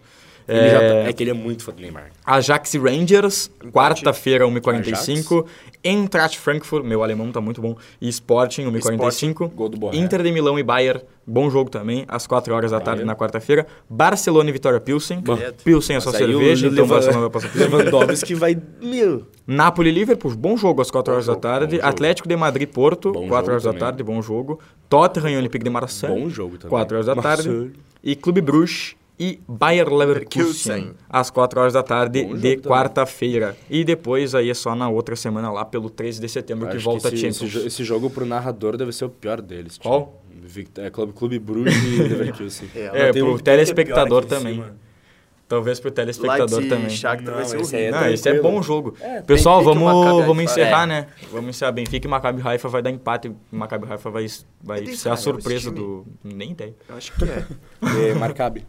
[SPEAKER 2] Ele
[SPEAKER 4] É,
[SPEAKER 2] já tá- é que ele é muito fã do Neymar.
[SPEAKER 4] Ajax e Rangers, quarta-feira, 1h45. Eintracht Frankfurt, meu alemão tá muito bom. E Sporting, 1h45.
[SPEAKER 2] Gol do Borré.
[SPEAKER 4] Inter de Milão e Bayern, bom jogo também, às 4 horas da tarde na quarta-feira. Barcelona e Vitória Pilsen. Pilsen é só
[SPEAKER 2] Mas aí o
[SPEAKER 4] cerveja, então o
[SPEAKER 2] Levan-
[SPEAKER 4] Barcelona
[SPEAKER 2] [LAUGHS]
[SPEAKER 4] vai passar por cima.
[SPEAKER 2] Lewandowski vai... Meu...
[SPEAKER 4] Napoli e Liverpool, bom jogo às 4 horas da tarde. Atlético de Madrid e Porto,
[SPEAKER 2] Bom
[SPEAKER 4] 4
[SPEAKER 2] jogo
[SPEAKER 4] horas da
[SPEAKER 2] também.
[SPEAKER 4] tarde, bom jogo. Tottenham e Olympique de Marseille.
[SPEAKER 2] Bom jogo também.
[SPEAKER 4] 4 horas da tarde.
[SPEAKER 2] Marseille.
[SPEAKER 4] E Clube Bruges e Bayer Leverkusen
[SPEAKER 3] Leverkusen.
[SPEAKER 4] às 4 horas da tarde
[SPEAKER 2] Bom
[SPEAKER 4] de
[SPEAKER 2] jogo também.
[SPEAKER 4] quarta-feira. E depois aí é só na outra semana lá pelo 13 de setembro que
[SPEAKER 2] Acho
[SPEAKER 4] volta
[SPEAKER 2] que
[SPEAKER 4] a
[SPEAKER 2] esse,
[SPEAKER 4] Champions.
[SPEAKER 2] esse, jo- esse jogo pro narrador deve ser o pior deles. tipo, tio.
[SPEAKER 4] Qual? [LAUGHS]
[SPEAKER 2] Vict- é, Clube, Clube Bruges e Leverkusen.
[SPEAKER 3] É,
[SPEAKER 4] É, pro telespectador também. Talvez pro telespectador
[SPEAKER 3] Leipzig,
[SPEAKER 4] também.
[SPEAKER 3] Shakhtar vai
[SPEAKER 2] Não,
[SPEAKER 3] ser
[SPEAKER 2] esse aí
[SPEAKER 3] horrível.
[SPEAKER 2] é
[SPEAKER 4] Não, esse é
[SPEAKER 2] tranquilo.
[SPEAKER 4] bom jogo.
[SPEAKER 2] É, tem-
[SPEAKER 3] tem
[SPEAKER 4] Pessoal,
[SPEAKER 3] que marcar
[SPEAKER 4] vamos,
[SPEAKER 3] Gabi
[SPEAKER 4] vamos
[SPEAKER 3] Haifa.
[SPEAKER 4] encerrar, né? Vamos encerrar. Benfica e Maccabi Haifa vai dar empate. Maccabi Haifa vai, vai
[SPEAKER 3] Tem
[SPEAKER 4] ser a
[SPEAKER 3] Israel,
[SPEAKER 4] surpresa
[SPEAKER 3] esse time?
[SPEAKER 4] do... Nem ideia.
[SPEAKER 3] Eu acho que é.
[SPEAKER 2] De Maccabi.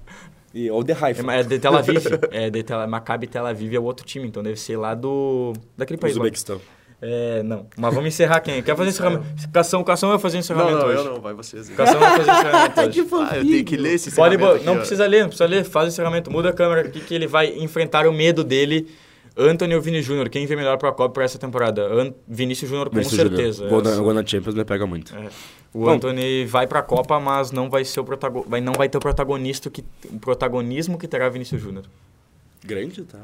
[SPEAKER 2] E, ou The Haifa.
[SPEAKER 4] É de
[SPEAKER 2] [LAUGHS]
[SPEAKER 4] Tel Aviv. É de Tel, Maccabi Tel Aviv é o outro time, então deve ser lá do... Daquele país lá.
[SPEAKER 2] Uzbequistão.
[SPEAKER 4] É, não. Mas vamos encerrar quem? Quer fazer encerramento? Cação, Cação vai fazer
[SPEAKER 3] não,
[SPEAKER 4] encerramento
[SPEAKER 3] não,
[SPEAKER 4] hoje.
[SPEAKER 3] eu não, vai vocês. aí.
[SPEAKER 4] Cação vai fazer encerramento hoje.
[SPEAKER 3] Ah, eu tenho que ler esse
[SPEAKER 4] Pode, bo-
[SPEAKER 3] encerramento aqui,
[SPEAKER 4] não
[SPEAKER 3] ó.
[SPEAKER 4] precisa ler, não precisa ler. Faz o encerramento, muda a câmera aqui que ele vai enfrentar o medo dele. Antônio ou Vini Júnior, quem vem melhor pra Copa pra essa temporada? An Vinícius Júnior, com certeza.
[SPEAKER 2] Gol na,
[SPEAKER 4] É,
[SPEAKER 2] gol na Champions me pega muito.
[SPEAKER 4] O Anthony vai pra Copa, mas não vai ser o protago vai, não vai ter o protagonista que o protagonismo que terá Vinícius Júnior.
[SPEAKER 2] Grande, tá?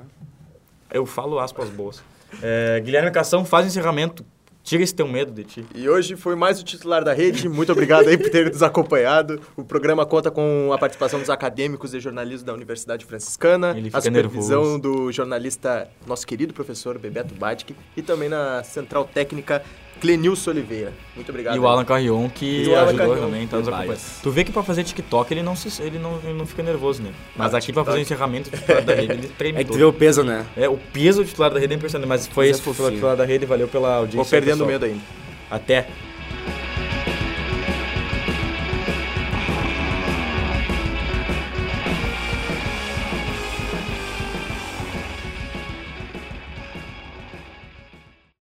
[SPEAKER 4] Eu falo aspas boas. É, Guilherme Cação, faz o encerramento. Tira esse teu medo de ti.
[SPEAKER 3] E hoje foi mais o titular da rede. Muito obrigado aí por ter nos acompanhado. O programa conta com a participação dos acadêmicos de jornalismo da Universidade Franciscana,
[SPEAKER 4] Ele fica
[SPEAKER 3] a supervisão
[SPEAKER 4] nervoso.
[SPEAKER 3] do jornalista, nosso querido professor Bebeto Badic, e também na central técnica Clenilson Oliveira. Muito obrigado.
[SPEAKER 4] E o Alan Carrion, que
[SPEAKER 3] E o Alan
[SPEAKER 4] ajudou
[SPEAKER 3] Carrion.
[SPEAKER 4] também, tá nos acompanhando. Tu vê que pra fazer TikTok ele não, se, ele não, ele não fica nervoso, né? Mas
[SPEAKER 3] Ah,
[SPEAKER 4] aqui pra fazer o encerramento do titular da rede, ele treme
[SPEAKER 2] É que tu
[SPEAKER 4] todo.
[SPEAKER 2] vê o peso, né?
[SPEAKER 4] É, o peso do titular da rede é impressionante, mas
[SPEAKER 2] Mas
[SPEAKER 4] foi
[SPEAKER 2] é
[SPEAKER 4] isso foi o
[SPEAKER 2] fofinho.
[SPEAKER 4] titular da rede, valeu pela audiência.
[SPEAKER 3] Vou perdendo
[SPEAKER 4] pessoal.
[SPEAKER 3] medo ainda.
[SPEAKER 4] Até.